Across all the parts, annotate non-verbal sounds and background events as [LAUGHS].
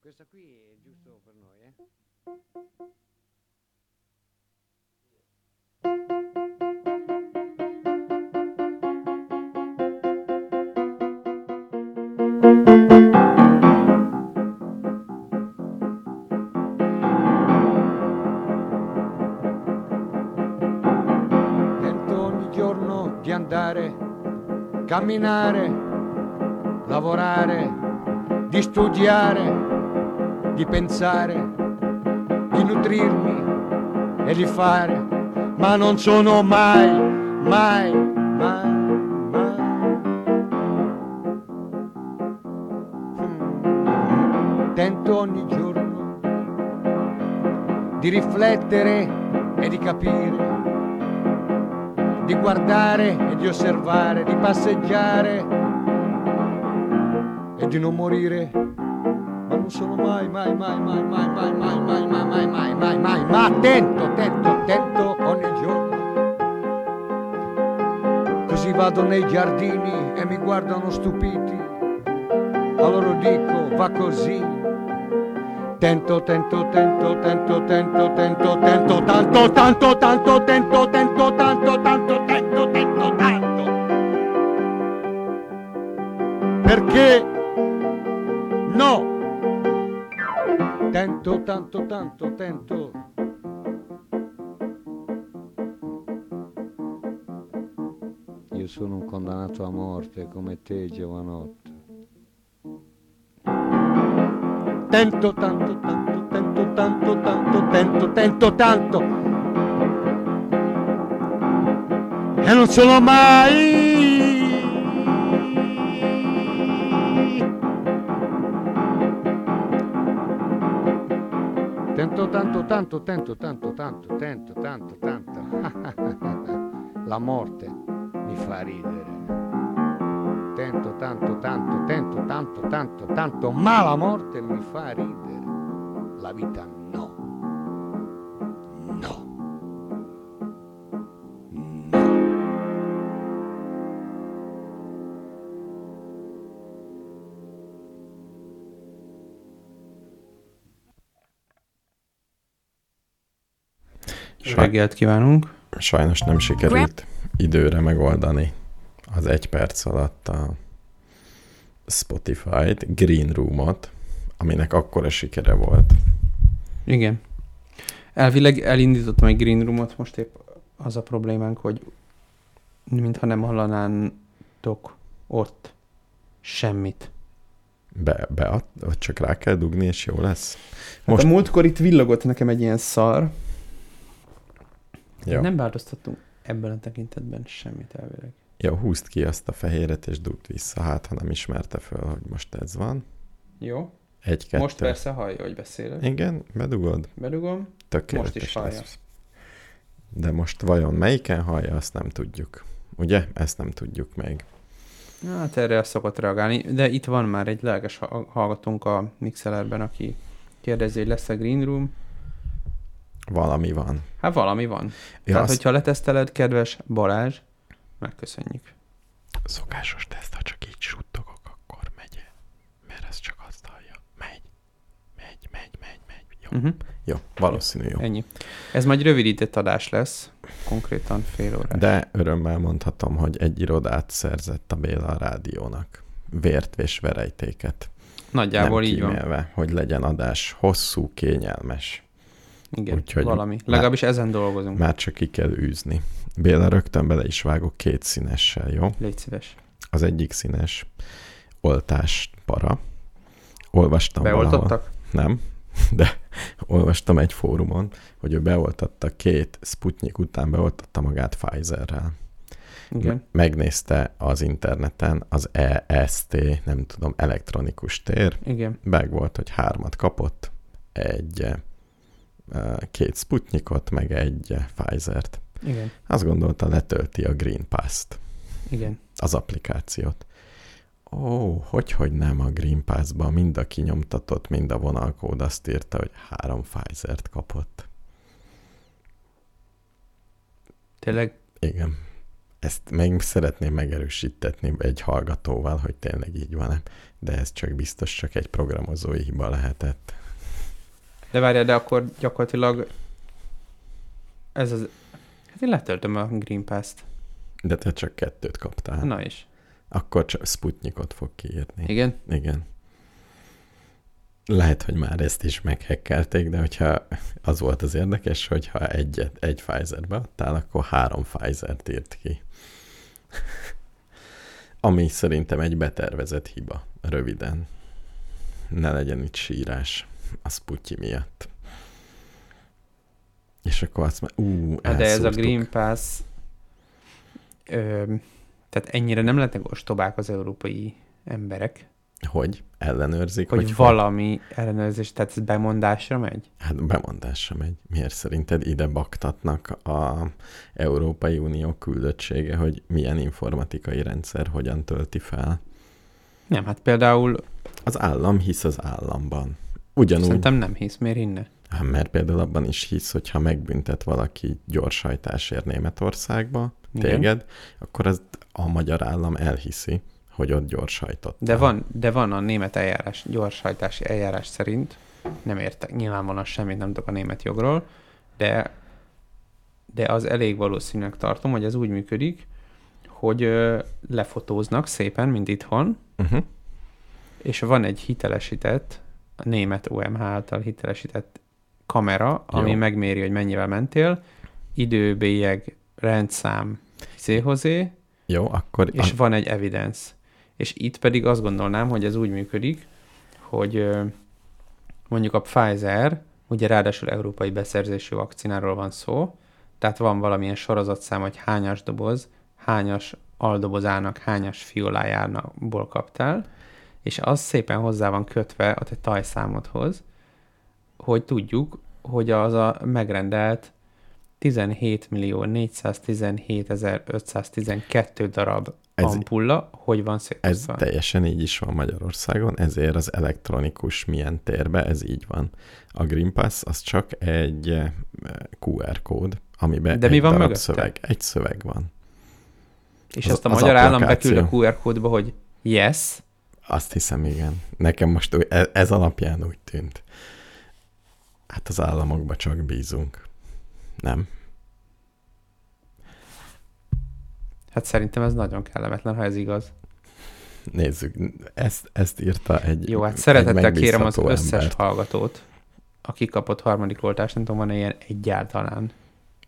Questa qui è giusto per noi, eh? Tento Certo ogni giorno di andare, camminare, lavorare, di studiare, di pensare, di nutrirmi e di fare, ma non sono mai, mai, mai, mai. Mm. Tento ogni giorno di riflettere e di capire di guardare e di osservare, di passeggiare e di non morire. Ma non sono mai, mai, mai, mai, mai, mai, mai, mai, mai, mai, mai, mai, mai, ma attento, attento, attento ogni giorno. Così vado nei giardini e mi guardano stupiti. Allora dico, va così. Tento, tento, tento, tento, tento, tento, tento, tanto, tanto, tanto, tento, tento, tanto, tanto, tento, tento, tanto. Perché no? Tento, tanto, tanto, tento. Io sono un condannato a morte come te, giovanotto. Tento, tanto, tanto, tento, tanto, tanto, tento, tento, tanto. E non sono mai. Tento tanto, tanto, tento, tanto, tanto, tento, tanto, tanto. [LAUGHS] La morte mi fa ridere. Tento tanto, tanto, tento tanto, tanto, tanto, ma la morte mi fa ridere. La vita no. No. Jó reggelt kívánunk. Sajnos nem sikerült időre megoldani az egy perc alatt a Spotify-t, Green Room-ot, aminek akkora sikere volt. Igen. Elvileg elindítottam egy green roomot, most épp az a problémánk, hogy mintha nem hallanántok ott semmit. Be, bead, vagy csak rá kell dugni, és jó lesz. Most... Most- Hát a múltkor itt villogott nekem egy ilyen szar. Jó, Nem változtattunk ebben a tekintetben semmit elvileg. jó húzd ki azt a fehéret, és dugd vissza, hát ha nem ismerte föl, hogy most ez van. Jó, Egy, kettő. Kettő. most persze hallja, hogy beszélek. Igen, bedugod. Bedugom. Tökéletes Most is hallja. lesz. De most vajon melyiken hallja, azt nem tudjuk. Ugye? Ezt nem tudjuk még. Hát erre szokott reagálni, de itt van már egy lelkes ha- hallgatónk a Mixelerben, aki kérdezi, hogy lesz-e Green Room. Valami van. Hát valami van. Ja, Tehát, azt- hogyha leteszteled, kedves Balázs, megköszönjük. Szokásos teszt, ha csak így suttogok, akkor megy el. Mert ez csak azt hallja. Megy, megy, megy, megy, megy. Jó, Uh-huh. jó valószínű jó. Ennyi. Ez majd rövidített adás lesz, konkrétan fél óra. De örömmel mondhatom, hogy egy irodát szerzett a Béla a rádiónak. Vért és verejtéket. Nagyjából nem így van. kímélve, hogy legyen adás hosszú, kényelmes. Igen, Úgyhogy- valami. Legalábbis ezen dolgozunk. Már csak ki kell űzni. Béla, rögtön bele is vágok két színessel, jó? Légy szíves. Az egyik színes oltás para. Olvastam valahol. Beoltottak? Nem, [LAUGHS] de olvastam egy fórumon, hogy ő beoltatta két Sputnik után beoltatta magát Pfizerrel. Igen. Megnézte az interneten az EST, nem tudom, elektronikus tér. Igen. Meg volt, hogy hármat kapott, egy eh, két Sputnikot, meg egy eh, Pfizert. Igen. Azt gondolta, letölti a Green Pass-t, Igen. az applikációt. Ó, hogy, hogy nem a Green Pass-ban mind a kinyomtatott, mind a vonalkód azt írta, hogy három Pfizer-t kapott. Tényleg Igen. ezt meg szeretném megerősítetni egy hallgatóval, hogy tényleg így van de ez csak biztos csak egy programozói hiba lehetett. De várjál, de akkor gyakorlatilag ez az... Hát én letöltöm a Green Pass-t. De te csak kettőt kaptál. Na és. Akkor csak Sputnikot fog kiírni. Igen? Igen. Lehet, hogy már ezt is meghekkelték, de hogyha az volt az érdekes, hogyha egyet, egy Pfizer-be adtál, akkor három Pfizer-t írt ki. Ami szerintem egy betervezett hiba, röviden. Ne legyen itt sírás a Sputyi miatt. És akkor azt már, ú, Na, Hát de ez a elszúrtuk. Green Pass... Ö, tehát ennyire nem lettek ostobák az európai emberek, Hogy ellenőrzik, hogy, hogy valami ellenőrzés, tehát ez bemondásra megy? Hát bemondásra megy. Miért szerinted ide baktatnak a Európai Unió küldöttsége, hogy milyen informatikai rendszer hogyan tölti fel? Nem, hát például Az állam hisz az államban. Ugyanúgy, Szerintem... szerintem nem hisz, miért hinne? mert például abban is hisz, hogyha megbüntet valaki gyorshajtásért Németországba, Igen. téged, akkor az a magyar állam elhiszi, hogy ott gyorshajtott. De van, de van a német eljárás, gyorshajtási eljárás szerint, nem értek, nyilvánvalóan semmit nem tudok a német jogról, de, de az elég valószínűnek tartom, hogy ez úgy működik, hogy ö, lefotóznak szépen, mint itthon, Uh-huh. és van egy hitelesített, a német OMH által hitelesített kamera, ami Jó. megméri, hogy mennyivel mentél, időbélyeg, rendszám, széhozé, Jó, akkor és van egy evidence. És itt pedig azt gondolnám, hogy ez úgy működik, hogy ö, mondjuk a Pfizer, ugye ráadásul európai beszerzésű vakcináról van szó, tehát van valamilyen sorozatszám, hogy hányas doboz, hányas aldobozának, hányas fiolájából kaptál, és az szépen hozzá van kötve a te tajszámodhoz, hogy tudjuk, hogy az a megrendelt 17 millió 417 512 darab Ez- Ez... ampulla, hogy van Ez szétosztva. teljesen így is van Magyarországon, ezért az elektronikus milyen térbe ez így van. A Green Pass az csak egy eh, QR kód, amiben De egy mi van darab mögötte? szöveg, egy szöveg van. És az- ezt a az magyar állam applikáció. beküld a QR kódba, hogy yes, Azt hiszem, igen. Nekem most úgy- e- ez alapján úgy tűnt. Hát az államokba csak bízunk. Nem? hát szerintem ez nagyon kellemetlen, ha ez igaz. Nézzük. Ezt, ezt írta egy Jó, hát egy szeretettel kérem az megbízható összes ember. hallgatót, aki kapott harmadik oltást, nem tudom, van-e ilyen egyáltalán,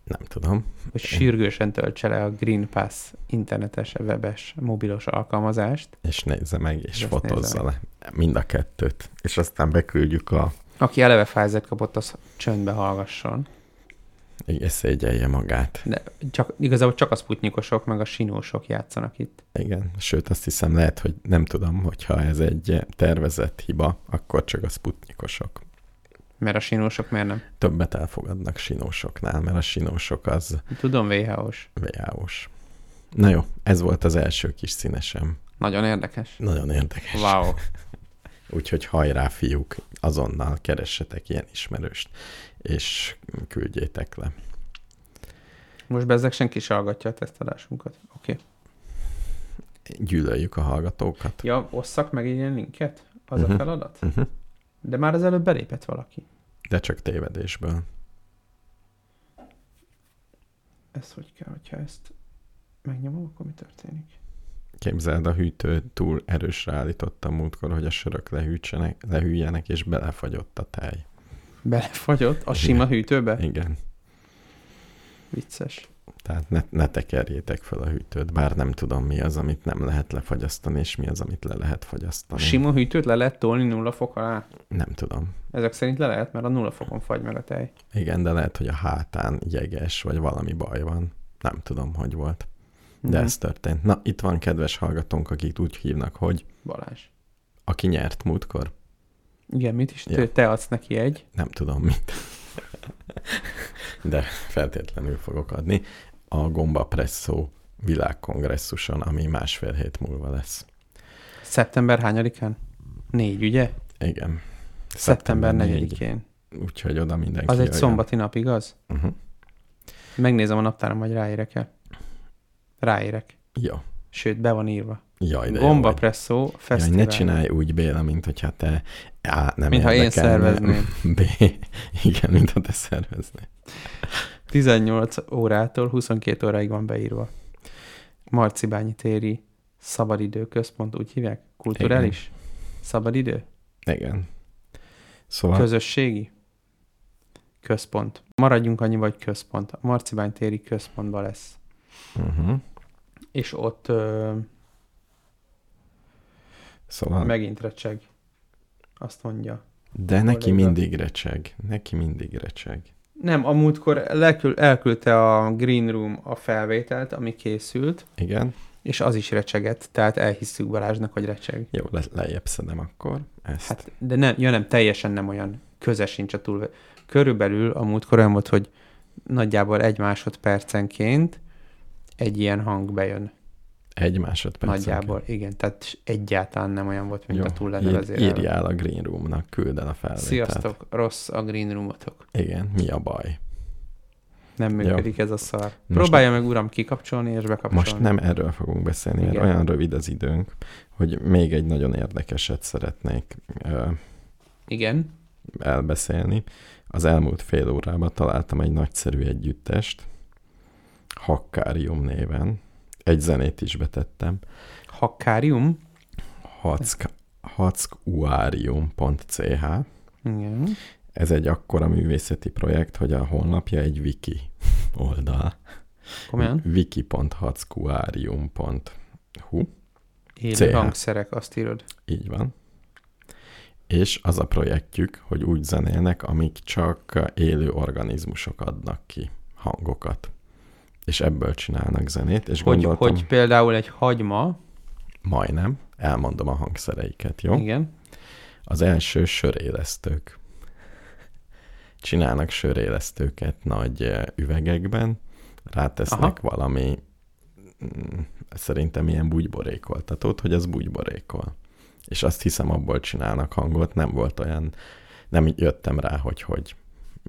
Nem tudom. hogy sürgősen töltse le a Green Pass internetes, webes, mobilos alkalmazást. És nézze meg, és Ezt fotózza nézze le. Mind a kettőt. És aztán beküldjük a Aki eleve pfizer kapott, az csöndbe hallgasson. Igen, szégyelje magát. De csak, igazából csak a sputnikosok, meg a sinósok játszanak itt. Igen, sőt azt hiszem lehet, hogy nem tudom, hogyha ez egy tervezett hiba, akkor csak a sputnikosok. Mert a sinósok miért nem? Többet elfogadnak sinósoknál, mert a sinósok az Tudom, WHO-s. WHO-s. Na jó, ez volt az első kis színesem. Nagyon érdekes. Nagyon érdekes. Wow. Úgyhogy hajrá fiúk, azonnal keressetek ilyen ismerőst, és küldjétek le. Most bezzeg senki se hallgatja a tesztadásunkat. Oké. Okay. Gyűlöljük a hallgatókat. Ja, osszak meg ilyen linket? Az a Mhm. feladat? Uh-huh. De már az előbb belépett valaki. De csak tévedésből. Ez hogy kell, hogyha ezt megnyomom, akkor mi történik? Képzeld, a hűtő túl erősre állította múltkor, hogy a sörök lehűtsenek, lehűljenek, és belefagyott a tej. Belefagyott a sima hűtőbe? Igen, Vicces. tehát ne, ne tekerjétek fel a hűtőt, bár nem tudom mi az, amit nem lehet lefagyasztani, és mi az, amit le lehet A fagyasztani. sima hűtőt le lehet tolni nulla fok alá? Nem tudom. Ezek szerint le lehet, mert a nulla fokon fagy meg a tej. Igen, de lehet, hogy a hátán jeges, vagy valami baj van. Nem tudom, hogy volt. De Mhm. ez történt. Na, itt van kedves hallgatónk, akik úgy hívnak, hogy Balázs. aki nyert múltkor, Igen, mit is? Ja. Ja. Te adsz neki egy. nem tudom mit. De feltétlenül fogok adni. A Gomba Presszó világkongresszuson, ami másfél hét múlva lesz. Szeptember hányadikán? Négy, ugye? Igen. Szeptember négy. 4-én. Úgyhogy oda mindenki Az egy jöjjön. Mhm. szombati nap, igaz? Uh-huh. Megnézem a naptárom, hogy ráérek-e. Ráérek. Jó. Sőt, be van írva. Jaj, de jó Gomba vagy. presszó, Jaj, fesztivál. ne csinálj úgy, Béla, mint hogyha te A, nem Mintha én érdekelne, szervezném. [LAUGHS] B, igen, mintha te szerveznél. 18 órától 22 óráig van beírva. Marcibányi téri szabadidőközpont, úgy hívják? Kulturális? Szabadidő? Igen. Szóval Közösségi? Központ. Maradjunk annyi, vagy központ. A Marcibány téri központban lesz. Uh-huh. És ott ö, Szóval, Meg... megint recseg. Azt mondja. de neki kolléga. mindig recseg, neki mindig recseg. Nem, a múltkor elkül, elküldte a Green Room a felvételt, ami készült, Igen, és az is recsegett, tehát elhisszük Balázsnak, hogy recseg. jó, le- lejjebb szedem akkor ezt. Hát, Hát, de nem, ja nem, teljesen nem olyan köze sincs a túl. Körülbelül a múltkor olyan volt, hogy nagyjából egy másodpercenként egy ilyen hang bejön. Egy másodperc. Nagyjából, igen. Tehát egyáltalán nem olyan volt, mint Jó, a túllenevezés. ír, írjál a Green Roomnak, küld el a felvételt. Sziasztok, rossz a green roomotok. Igen, mi a baj? Nem működik ez a szar. Most- Próbálja meg uram kikapcsolni és bekapcsolni. Most nem erről fogunk beszélni, mert Igen. olyan rövid az időnk, hogy még egy nagyon érdekeset szeretnék ö, Igen. elbeszélni. Az elmúlt fél órában találtam egy nagyszerű együttest, Hakkárium néven. Egy zenét is betettem. Hakkárium. Hack, hackuarium.ch Igen. Ez egy akkora művészeti projekt, hogy a honlapja egy wiki [LAUGHS] oldal. Komolyan. wiki.hackuarium.hu Élő CH. hangszerek, azt írod. Így van. És az a projektjük, hogy úgy zenélnek, amik csak élő organizmusok adnak ki hangokat. És ebből csinálnak zenét, és hogy, Hogy, gondoltam, hogy hogy... például egy hagyma, majdnem, elmondom a hangszereiket, jó? igen, Az első sörélesztők. Csinálnak sörélesztőket nagy eh, üvegekben, rátesznek Aha. valami, mm, szerintem ilyen bugyborékoltatót, hogy az bugyborékol. És azt hiszem, abból csinálnak hangot, nem volt olyan, nem jöttem rá, hogy hogy,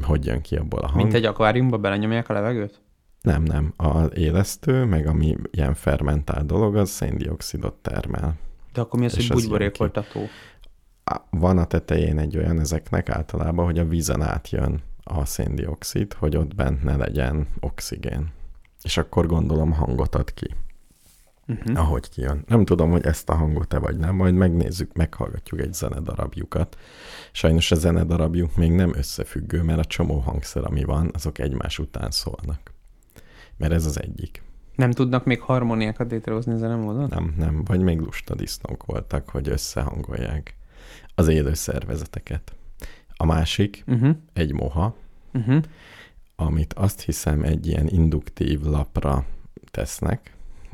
hogy jön ki abból a hang. mint egy akváriumba belenyomják a levegőt. Nem, nem, az élesztő, meg ami ilyen fermentált dolog, az széndiokszidot termel. De akkor mi És az, hogy az jön bugyborékoltató? Á, van a tetején egy olyan ezeknek általában, hogy a vízen átjön a széndiokszid, hogy ott bent ne legyen oxigén. És akkor gondolom hangot ad ki, Uh-huh. ahogy kijön. Nem tudom, hogy ezt a hangot te vagy nem, majd megnézzük, meghallgatjuk egy zenedarabjukat. Sajnos a zenedarabjuk még nem összefüggő, mert a csomó hangszer, ami van, azok egymás után szólnak. Mert ez az egyik. Nem tudnak még harmóniákat létrehozni ezen nem módon? Nem, nem, vagy még lusta disznók voltak, hogy összehangolják az élő szervezeteket. A másik, Uh-huh. egy moha, Uh-huh. amit azt hiszem egy ilyen induktív lapra tesznek,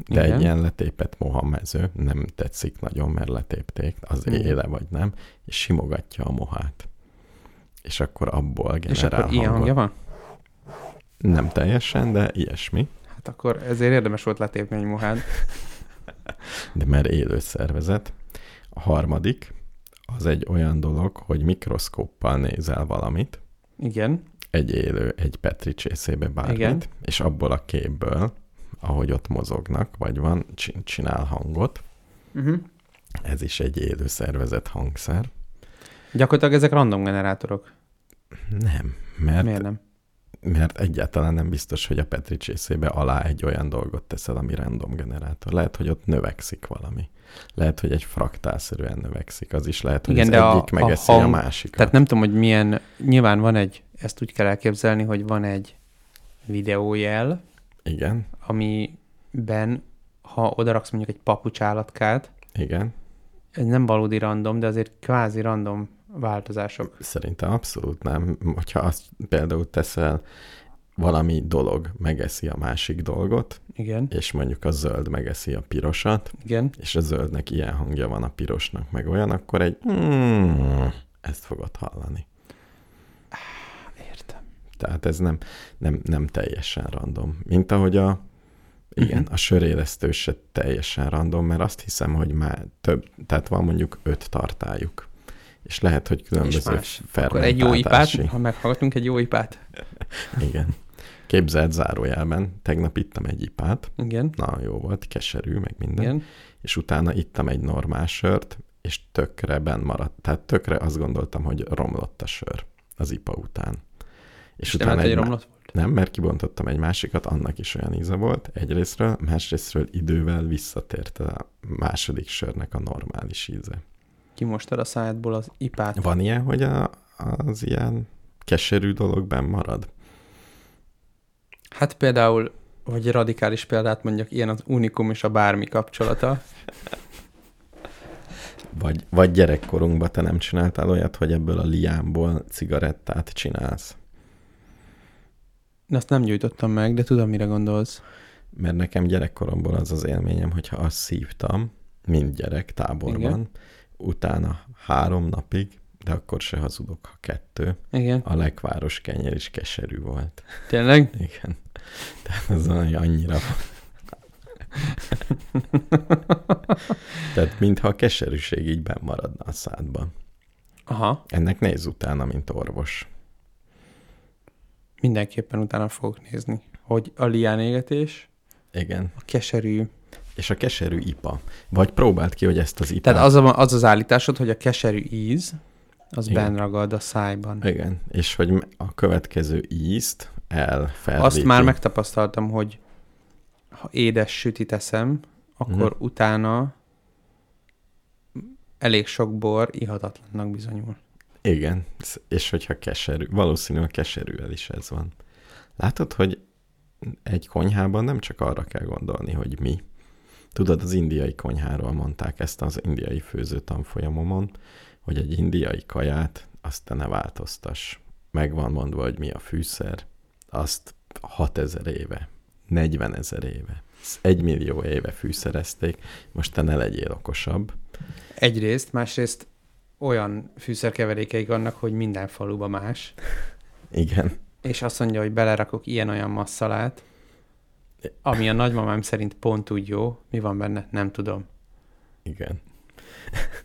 de Igen. egy ilyen letépett mohamező, nem tetszik nagyon, mert letépték, az Igen. éle vagy nem, és simogatja a mohát. És akkor abból generál És akkor hangot. ilyen hangja van? Nem teljesen, de ilyesmi. Hát akkor ezért érdemes volt letépni egy mohát. de mert élő szervezet. A harmadik, az egy olyan dolog, hogy mikroszkóppal nézel valamit, Igen. egy élő, egy petri csészébe bármit, Igen. Igen. és abból a képből, ahogy ott mozognak, vagy van, csin- csinál hangot. Uh-huh. Ez is egy élő szervezet hangszer. Gyakorlatilag ezek random generátorok. Nem, mert, Miért nem? mert egyáltalán nem biztos, hogy a petri csészébe alá egy olyan dolgot teszel, ami random generátor. Lehet, hogy ott növekszik valami. Lehet, hogy egy fraktálszerűen növekszik. Az is lehet, hogy Igen, Igen, az de a- egyik a megeszi a, hang- másikat. Tehát nem tudom, hogy milyen, nyilván van egy, ezt úgy kell elképzelni, hogy van egy videójel, Igen, amiben, ha odaraksz mondjuk egy papucsállatkát, igen. ez nem valódi random, de azért kvázi random változások. Szerintem abszolút nem. Hogyha azt például teszel, valami dolog megeszi a másik dolgot, Igen, és mondjuk a zöld megeszi a pirosat, igen. és a zöldnek ilyen hangja van a pirosnak, meg olyan, akkor egy mm, ezt fogod hallani. Értem. Tehát ez nem, nem, nem teljesen random. Mint ahogy a igen, Mhm. a sörélesztő se teljesen random, mert azt hiszem, hogy már több, tehát van mondjuk öt tartályuk. És lehet, hogy különböző más. Akkor egy jó ipát, fermentáltási- ha meghallgatunk egy jó ipát. [LAUGHS] Igen. Képzeld zárójelben, tegnap ittam egy ipát, Igen. nagyon jó volt, keserű, meg minden, Igen. és utána ittam egy normál sört, és tökre ben maradt. Tehát tökre azt gondoltam, hogy romlott a sör az ipa után. És nem egy má- romlott volt. Nem, mert kibontottam egy másikat, annak is olyan íze volt egyrésztről, másrésztről idővel visszatért a második sörnek a normális íze. Kimostad a szájadból az ipát. Van ilyen, hogy a, az ilyen keserű dolog benn marad? Hát például, hogy radikális példát mondjak, ilyen az unikum és a bármi kapcsolata. Vagy, vagy gyerekkorunkban te nem csináltál olyat, hogy ebből a liámból cigarettát csinálsz? Én azt nem gyújtottam meg, de tudom, mire gondolsz. Mert nekem gyerekkoromból az az élményem, hogyha azt szívtam, mind gyerek táborban, Igen. Igen. utána három napig, de akkor se hazudok, ha kettő, Igen, a lekváros kenyér is keserű volt. tényleg? Igen. Tehát az olyan annyira [LAUGHS] van. Tehát mintha a keserűség így benn maradna a szádban. Aha, Ennek néz utána, mint orvos. mindenképpen utána fogok nézni, hogy a lián égetés, Igen. a keserű. És a keserű ipa. Vagy próbáld ki, hogy ezt az ipát... Tehát az, a, az az állításod, hogy a keserű íz, az Igen. benragad a szájban. Igen. És hogy a következő ízt elfelvéti. Azt már megtapasztaltam, hogy ha édes sütit eszem, akkor Mhm. utána elég sok bor ihatatlannak bizonyul. Igen, Sz- és hogyha keserű, valószínű a keserűvel is ez van. Látod, hogy egy konyhában nem csak arra kell gondolni, hogy mi. Tudod, az indiai konyháról mondták ezt az indiai főző tanfolyamomon, hogy egy indiai kaját azt te ne változtass. Meg van mondva, hogy mi a fűszer, azt 6000 éve, 40 ezer éve, 1 millió éve fűszerezték, most te ne legyél okosabb. Egyrészt, másrészt olyan fűszerkeverékeik vannak, hogy minden faluba más, Igen. és azt mondja, hogy belerakok ilyen-olyan masszalát, ami a nagymamám szerint pont úgy jó, mi van benne, nem tudom. Igen. [LAUGHS]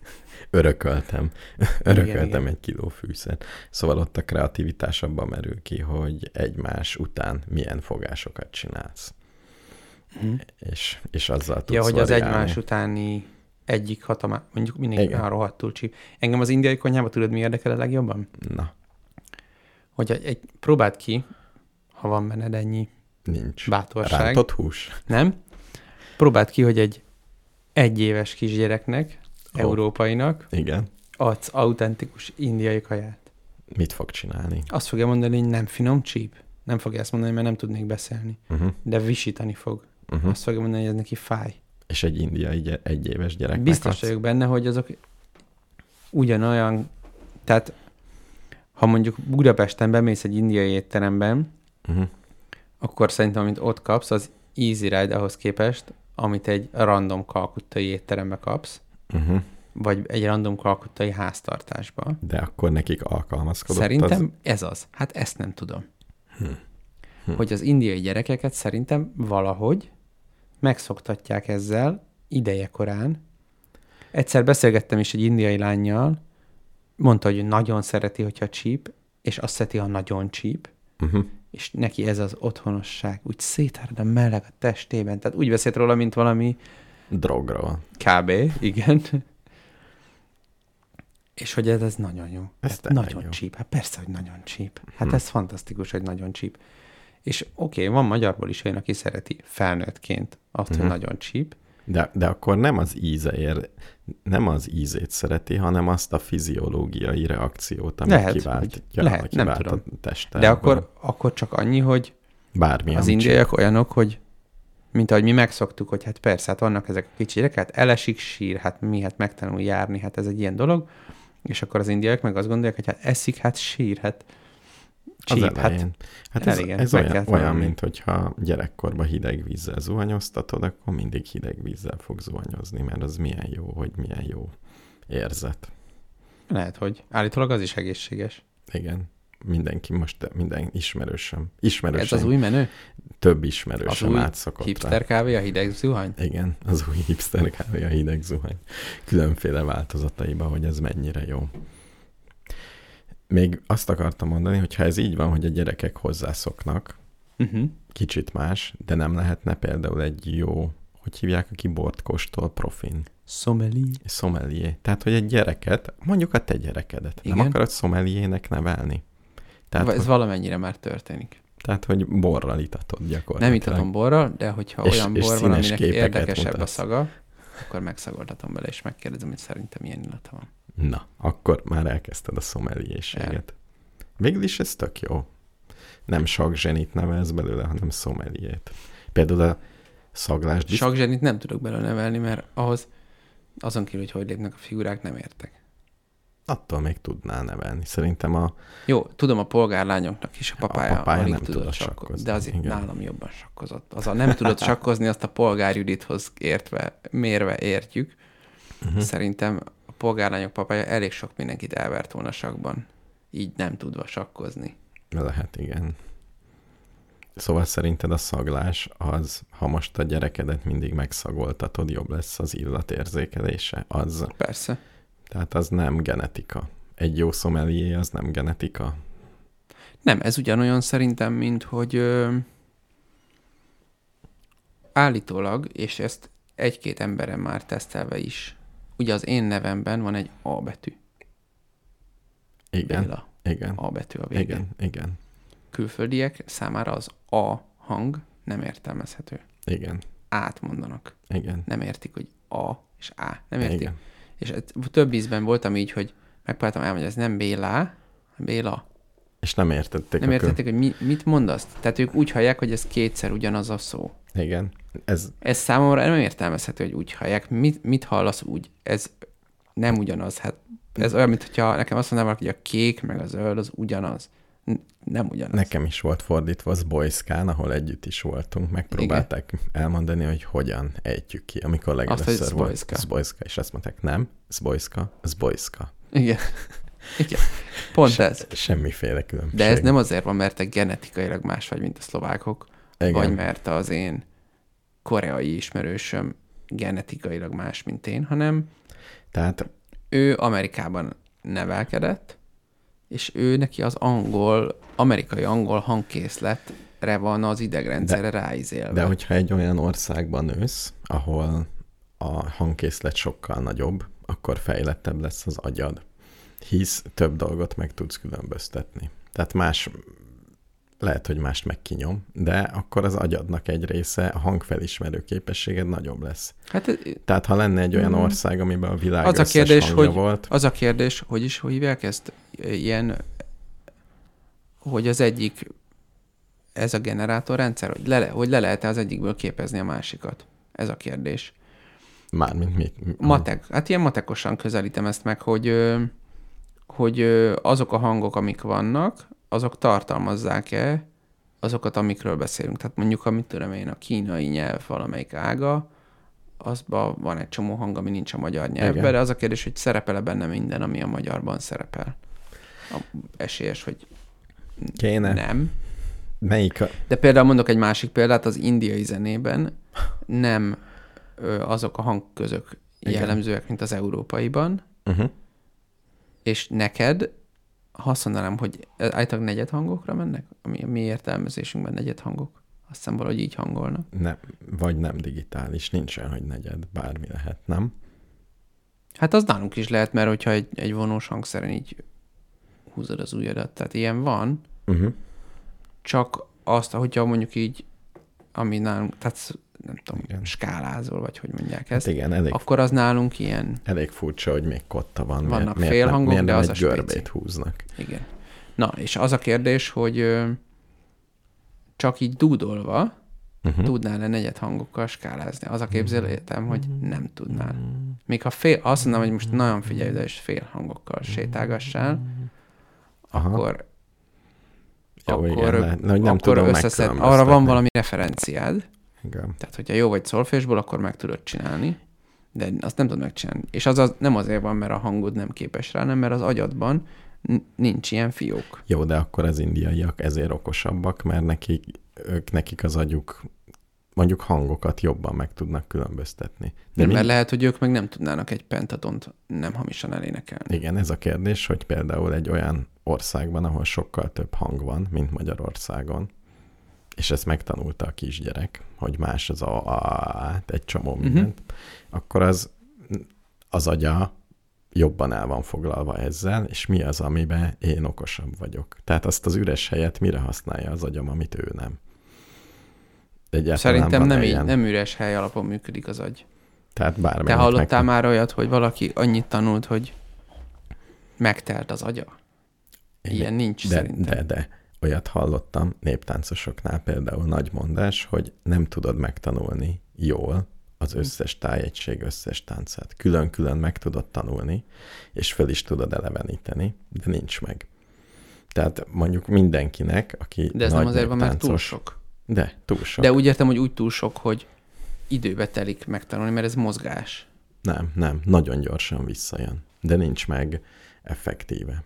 Örököltem. Örököltem igen, igen. igen. egy kiló fűszert. Szóval ott a kreativitás abban merül ki, hogy egymás után milyen fogásokat csinálsz. Hm? És, és azzal Mhm. tudsz Ja, hogy az variálni. egymás utáni egyik hatamá, mondjuk mindenki Igen. már rohadtul csíp. Engem az indiai konyhában tudod, mi érdekel a legjobban? Na, hogy egy, egy, próbáld ki, ha van benned ennyi nincs. bátorság, Rántott. Rántott hús? nem? Próbáld ki, hogy egy egyéves kisgyereknek, Ó. oh. európainak Igen. adsz autentikus indiai kaját. Mit fog csinálni? Azt fogja mondani, hogy nem finom csíp. Nem fogja ezt mondani, mert nem tudnék beszélni. Uh-huh, De visítani fog. uh-huh. Azt fogja mondani, hogy ez neki fáj. És egy indiai gy- egyéves gyerek. Biztos vagyok benne, hogy azok ugyanolyan, tehát ha mondjuk Budapesten bemész egy indiai étteremben, Uh-huh. akkor szerintem, amit ott kapsz, az easy ride ahhoz képest, amit egy random kalkuttai étterembe kapsz, Uh-huh. vagy egy random kalkuttai háztartásba. De akkor nekik alkalmazkodott szerintem ez az. Hát ezt nem tudom. Hm. Hogy az indiai gyerekeket szerintem valahogy megszoktatják ezzel idejekorán. Egyszer beszélgettem is egy indiai lányjal, mondta, hogy ő nagyon szereti, hogyha csíp, és azt szereti, ha nagyon csíp Az... Uh-huh. és neki ez az otthonosság, úgy szétárad a meleg a testében, tehát úgy beszélt róla, mint valami Drogra van. kb. Igen. És hogy ez, ez nagyon jó. Ez hát tényleg nagyon jó. csíp. Hát persze, hogy nagyon csíp. Hát ez fantasztikus, hogy nagyon csíp. És oké, okay, van magyarból is olyan, aki szereti felnőttként azt, hogy nagyon csíp. De, de akkor nem az íze ér, nem az ízét szereti, hanem azt a fiziológiai reakciót, amit Lehet, lehet, kiváltja, hogy- lehet, nem kivált tudom. a testen. De akkor, akkor csak annyi, hogy bármi, az indiaiak olyanok, hogy mint ahogy mi megszoktuk, hogy hát persze, hát vannak ezek a kicsirek, hát elesik, sír, hát mi, hát megtanul járni, hát ez egy ilyen dolog, és akkor az indiaiak meg azt gondolják, hogy hát eszik, hát sír, hát csíp, hát hát, hát Hát ez, igen, ez meg olyan, kell olyan, tanulni. mint hogyha gyerekkorban hideg vízzel zuhanyoztatod, akkor mindig hideg vízzel fog zuhanyozni, mert az milyen jó, hogy milyen jó érzet. lehet, hogy állítólag az is egészséges. Igen. Mindenki most, minden ismerősöm, Ez ismerősöm, az új menő? több az ismerősöm új átszokott rá. Hipster kávé, a hideg zuhany? Igen, az új hipster kávé, a hideg zuhany. Különféle változataiba, hogy ez mennyire jó. Még azt akartam mondani, hogy ha ez így van, hogy a gyerekek hozzászoknak, Uh-huh. Kicsit más, de nem lehetne például egy jó, hogy hívják, aki bort kóstol profin. Sommelier. Szomelié. Tehát, hogy egy gyereket, mondjuk a te gyerekedet, Igen. nem Igen. akarod szomeliének nevelni. Tehát, Tehát, Ez hogy, valamennyire már történik. tehát, hogy borral itatod gyakorlatilag. Nem itatom borral, de hogyha És- és, olyan és bor van, színes aminek képeket érdekesebb a mutatsz. szaga, akkor megszagoltatom bele, és megkérdezem, hogy szerintem milyen illata van. Na, akkor már elkezdted a szomeliéséget. Végül is ez tök jó. Nem sok zsenit nevelsz belőle, hanem szomeliét. Például a szaglás disz... Sakzsenit nem tudok belőle nevelni, mert ahhoz azon kívül, hogy hogy lépnek a figurák, nem értek. attól még tudnál nevelni. Szerintem a... Jó, tudom, a polgárlányoknak is a papája, a papája nem tudott sakkozni, sakkozni, de azért igen. igen. nálam jobban sakkozott. Az a nem [LAUGHS] tudott sakkozni, azt a polgár Judithoz értve, mérve értjük. Mhm. Uh-huh. Szerintem a polgárlányok papája elég sok mindenkit elvert volna sakban, így nem tudva sakkozni. Lehet, igen. Szóval szerinted a szaglás az, ha most a gyerekedet mindig megszagoltatod, jobb lesz az illatérzékelése? Az, Persze. tehát az nem genetika. Egy jó szomelié az nem genetika. Nem, ez ugyanolyan szerintem, mint hogy ö, állítólag, és ezt egy-két emberem már tesztelve is, ugye az én nevemben van egy A betű. Igen, Béla. igen, A betű a végén. Igen. igen, igen, Külföldiek számára az A hang nem értelmezhető. igen, Át mondanak. igen. Nem értik, hogy A és A. Nem értik. Igen. És ez- több ízben voltam így, hogy megpróbáltam elmondani, hogy ez nem Béla, Béla. És nem értették. Nem a kö- értették, hogy mi, mit mondasz. Tehát ők úgy hallják, hogy ez kétszer ugyanaz a szó. Igen. Ez, Ez számomra nem értelmezhető, hogy úgy hallják. Mit, mit hallasz úgy? Ez nem ugyanaz. Hát ez olyan, mintha nekem azt mondanám, valaki, hogy a kék meg a zöld az ugyanaz. N- nem ugyanaz. nekem is volt fordítva az Boyskán, ahol együtt is voltunk. Megpróbálták igen. elmondani, hogy hogyan ejtjük ki, amikor hogy legelőször volt. Zbojszka. Zbojszka. És azt mondták, nem, Zbojszka, Zbojszka. Igen. Igen. Pont ez. Semmiféle különbség. De ez nem azért van, mert te genetikailag más vagy, mint a szlovákok, Igen. vagy mert az én koreai ismerősöm genetikailag más, mint én, hanem Tehát ő Amerikában nevelkedett, és ő neki az angol, amerikai angol hangkészletre van az idegrendszere ráizélve. De hogyha egy olyan országban nősz, ahol a hangkészlet sokkal nagyobb, akkor fejlettebb lesz az agyad. Hisz több dolgot meg tudsz különböztetni. Tehát más, lehet, hogy mást megkinyom, de akkor az agyadnak egy része, a hangfelismerő képességed nagyobb lesz. Hát ez- Tehát ha lenne egy olyan ország, amiben a világ Hmm. Az a összes kérdés, hangja hogy- volt, az a kérdés, hogy is hogy hívják ezt? Ilyen, hogy az egyik, ez a generátorrendszer, hogy le, hogy le lehet-e az egyikből képezni a másikat? Ez a kérdés. mármint mit? Matek, hát ilyen matekosan közelítem ezt meg, hogy, ö, hogy ö, azok a hangok, amik vannak, azok tartalmazzák-e azokat, amikről beszélünk. Tehát mondjuk, amit tudom én, a kínai nyelv valamelyik ága, azban van egy csomó hang, ami nincs a magyar nyelvben, Igen. de az a kérdés, hogy szerepel-e benne minden, ami a magyarban szerepel. A esélyes, hogy Kéne? Ne. nem. Melyik a... De például mondok egy másik példát, az indiai zenében nem ö, azok a hangközök Igen. jellemzőek, mint az európaiban, Uh-huh. és neked, ha azt mondanám, hogy állítólag negyed hangokra mennek, ami a mi értelmezésünkben negyed hangok, azt hiszem valahogy így hangolnak. Ne, vagy nem digitális, nincsen, hogy negyed, bármi lehet, nem? Hát az nálunk is lehet, mert hogyha egy, egy vonós hangszeren így húzod az ujjadat, tehát ilyen van, Uh-huh. csak azt, hogyha mondjuk így, ami nálunk, tehát nem tudom, Igen. Igen. skálázol, vagy hogy mondják ezt, Hát igen, elég akkor az nálunk ilyen. Elég furcsa, hogy még kotta van. Vannak miért, félhangok, miért de nem az egy a görbét spéci. húznak. Igen. Na, és az a kérdés, hogy ö, csak így dúdolva Uh-huh. tudnál-e negyed hangokkal skálázni? Az a képzelőjétem, hogy Hm. nem tudnál. Még ha fél, azt mondom, hogy most nagyon figyelj ide, és fél Hm. hangokkal sétálgassál, Aha. akkor, Jó, akkor, igen, lehet. Na, hogy nem akkor tudom összeszed, arra megkülönböztetni. van valami referenciád, Igen. Tehát, hogyha jó vagy szolfésból, akkor meg tudod csinálni, de azt nem tudod megcsinálni. És az, az nem azért van, mert a hangod nem képes rá, hanem mert az agyadban n- nincs ilyen fiók. Jó, de akkor az indiaiak ezért okosabbak, mert nekik, ők, nekik az agyuk mondjuk hangokat jobban meg tudnak különböztetni. De mind- mert lehet, hogy ők meg nem tudnának egy pentatont nem hamisan elénekelni. Igen, ez a kérdés, hogy például egy olyan országban, ahol sokkal több hang van, mint Magyarországon, és ezt megtanulta a kisgyerek, hogy más az a, a hát egy csomó Mhm. mindent, uh-huh. akkor az az agya jobban el van foglalva ezzel, és mi az, amiben én okosabb vagyok. Tehát azt az üres helyet mire használja az agyam, amit ő nem. Egyáltalán Szerintem nem, így, nem üres hely alapon működik az agy. Tehát bármi. Te hallottál meg... már olyat, hogy valaki annyit tanult, hogy megtelt az agya? Én Ilyen nincs de, szerintem. De, de. Olyat hallottam néptáncosoknál például nagy mondás, hogy nem tudod megtanulni jól az összes tájegység összes táncát. Külön-külön meg tudod tanulni, és föl is tudod eleveníteni, de nincs meg. Tehát mondjuk mindenkinek, aki De ez nagy nem azért van, mert túl néptáncos- sok. De, túl sok. De úgy értem, hogy úgy túl sok, hogy időbe telik megtanulni, mert ez mozgás. Nem, nem, nagyon gyorsan visszajön, de nincs meg effektíve.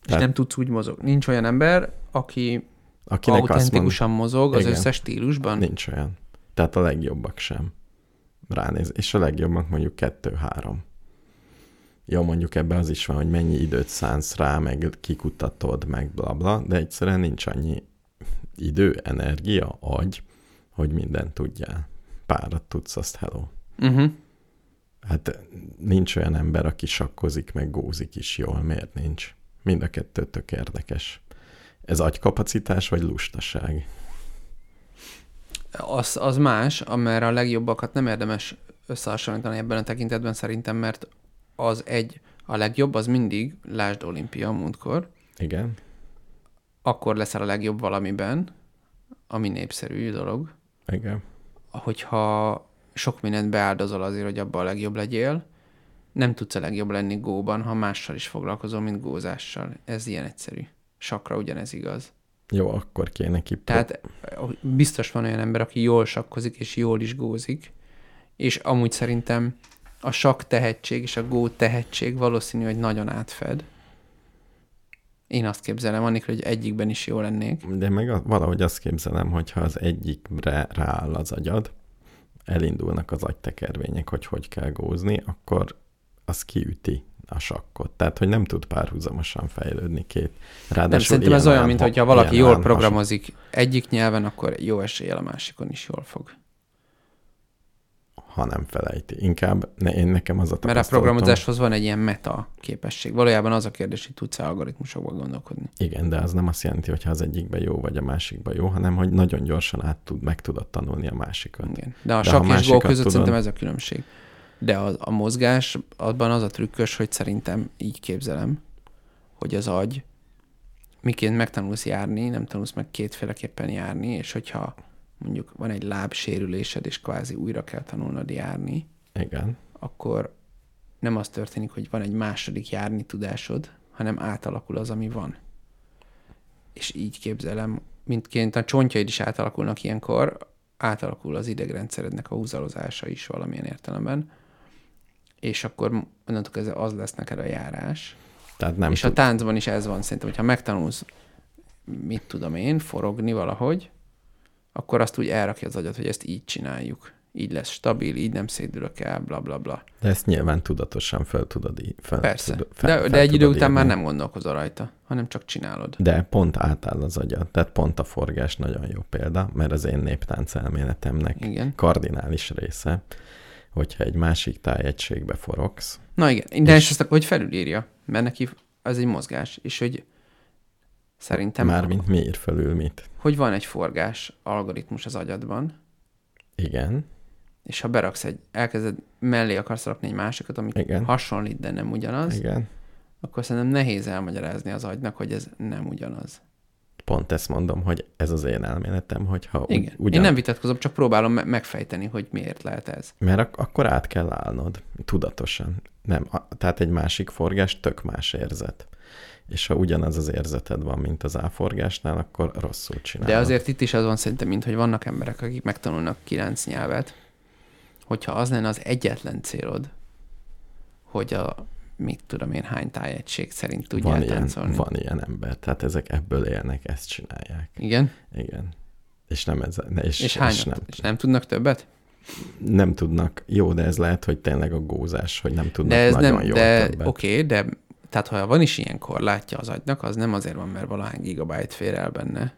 És Tehát- nem tudsz úgy mozogni. Nincs olyan ember, aki Akinek azt mond, autentikusan mozog az Igen. összes stílusban. nincs olyan. Tehát a legjobbak sem. Ránéz, és a legjobbak mondjuk kettő-három. Jó, mondjuk ebbe az is van, hogy mennyi időt szánsz rá, meg kikutatod, meg bla bla, de egyszerűen nincs annyi idő, energia, agy, hogy mindent tudjál. Párat tudsz, azt hello. Uh-huh. Hát nincs olyan ember, aki sakkozik, meg gózik is jól. Miért nincs? Mind a kettő tök érdekes. Ez agykapacitás vagy lustaság? Az, az más, mert a legjobbakat nem érdemes összehasonlítani ebben a tekintetben szerintem, mert az egy, a legjobb az mindig, lásd olimpia múltkor, Igen. akkor leszel a legjobb valamiben, ami népszerű dolog, Igen. hogyha sok mindent beáldozol azért, hogy abban a legjobb legyél, nem tudsz a legjobb lenni góban, ha mással is foglalkozol, mint gózással. Ez ilyen egyszerű. Sakra ugyanez igaz. Jó, akkor kéne ki. Tehát biztos van olyan ember, aki jól sakkozik, és jól is gózik, és amúgy szerintem a sakk tehetség és a gó tehetség valószínű, hogy nagyon átfed. Én azt képzelem, annélkül, hogy egyikben is jó lennék. De meg a- valahogy azt képzelem, hogy ha az egyikre rááll az agyad, elindulnak az agytekervények, hogy hogy kell gózni, akkor az kiüti a sakkot. Tehát, hogy nem tud párhuzamosan fejlődni két. Ráadásul Nem, szerintem ez Hát ilyen olyan, ám- mint hogyha valaki ilyen jól ám hasonló- programozik egyik nyelven, akkor jó eséllyel a másikon is jól fog. ha nem felejti. Inkább ne, én nekem az a Mert a tapasztalatom- programozáshoz van egy ilyen meta képesség. Valójában az a kérdés, hogy tudsz-e algoritmusokba gondolkodni. Igen, de az nem azt jelenti, hogy ha az egyikben jó vagy a másikban jó, hanem hogy nagyon gyorsan át tud, meg tudod tanulni a másikat. Igen. De a De ha sakk és gól másikat között tudod- szerintem ez a különbség. De a, a mozgás, abban az a trükkös, hogy szerintem így képzelem, hogy az agy, miként megtanulsz járni, nem tanulsz meg kétféleképpen járni, és hogyha mondjuk van egy lábsérülésed, és kvázi újra kell tanulnod járni, Igen. akkor nem az történik, hogy van egy második járni tudásod, hanem átalakul az, ami van. És így képzelem, mindként a csontjaid is átalakulnak ilyenkor, átalakul az idegrendszerednek a húzalozása is valamilyen értelemben, és akkor onnantól kezdve az lesz neked a járás. Tehát nem és hát tud. a táncban is ez van szerintem, hogyha megtanulsz, mit tudom én, forogni valahogy, akkor azt úgy elrakja az agyat, hogy ezt így csináljuk. Így lesz stabil, így nem szédülök el, bla bla bla. De ezt nyilván tudatosan fel tudod í- fel, Persze. Tud, fel, De, fel de egy idő tudod után már írni. nem gondolkozol rajta, hanem csak csinálod. De pont átáll az agyad, tehát pont a forgás nagyon jó példa, mert az én néptánc elméletemnek Igen. kardinális része, hogyha egy másik tájegységbe forogsz, Na igen, de És- és ezt akkor hogy felülírja, mert neki ez egy mozgás, és hogy szerintem, mármint mi ír fölül mit. hogy van egy forgás algoritmus az agyadban, Igen, és ha beraksz egy, elkezded mellé akarsz rakni egy másikat, ami Igen. hasonlít, de nem ugyanaz, igen. akkor szerintem nehéz elmagyarázni az agynak, hogy ez nem ugyanaz. pont ezt mondom, hogy ez az én elméletem, hogyha ugy- Igen. Ugyan. Én nem vitatkozom, csak próbálom me- megfejteni, hogy miért lehet ez. mert ak- akkor át kell állnod tudatosan. Nem, a- tehát egy másik forgás tök más érzet. És ha ugyanaz az érzeted van, mint az áforgásnál, akkor rosszul csinálod. De azért itt is az van szerintem, mint hogy vannak emberek, akik megtanulnak kilenc nyelvet, hogyha az lenne az egyetlen célod, hogy a mit tudom én hány tájegység szerint tudjál van ilyen, táncolni. van ilyen ember, tehát ezek ebből élnek, ezt csinálják. Igen? Igen. És nem ez, ne- és, És, és hányat? és nem, és nem tudnak többet? nem tudnak. Jó, de ez lehet, hogy tényleg a gózás, hogy nem tudnak De ez nagyon nem, jól de többet. oké, okay, de tehát ha van is ilyenkor, látja az agynak, az nem azért van, mert valahány gigabyte fér el benne,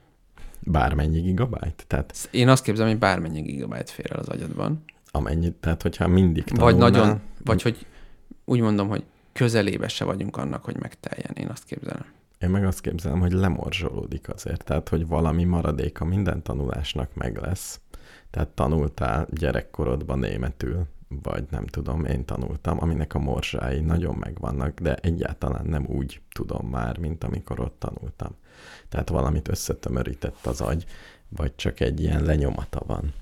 Bármennyi gigabyte? Tehát Én azt képzelem, hogy bármennyi gigabyte fér el az agyadban. amennyit, tehát hogyha mindig Vagy tanulnál- nagyon, vagy hogy úgy mondom, hogy közelébe se vagyunk annak, hogy megteljen. Én azt képzelem. Én meg azt képzelem, hogy lemorzsolódik azért, tehát hogy valami maradéka minden tanulásnak meg lesz. Tehát tanultál gyerekkorodban németül, vagy nem tudom, én tanultam, aminek a morzsái nagyon megvannak, de egyáltalán nem úgy tudom már, mint amikor ott tanultam. Tehát valamit összetömörített az agy, vagy csak egy ilyen lenyomata van.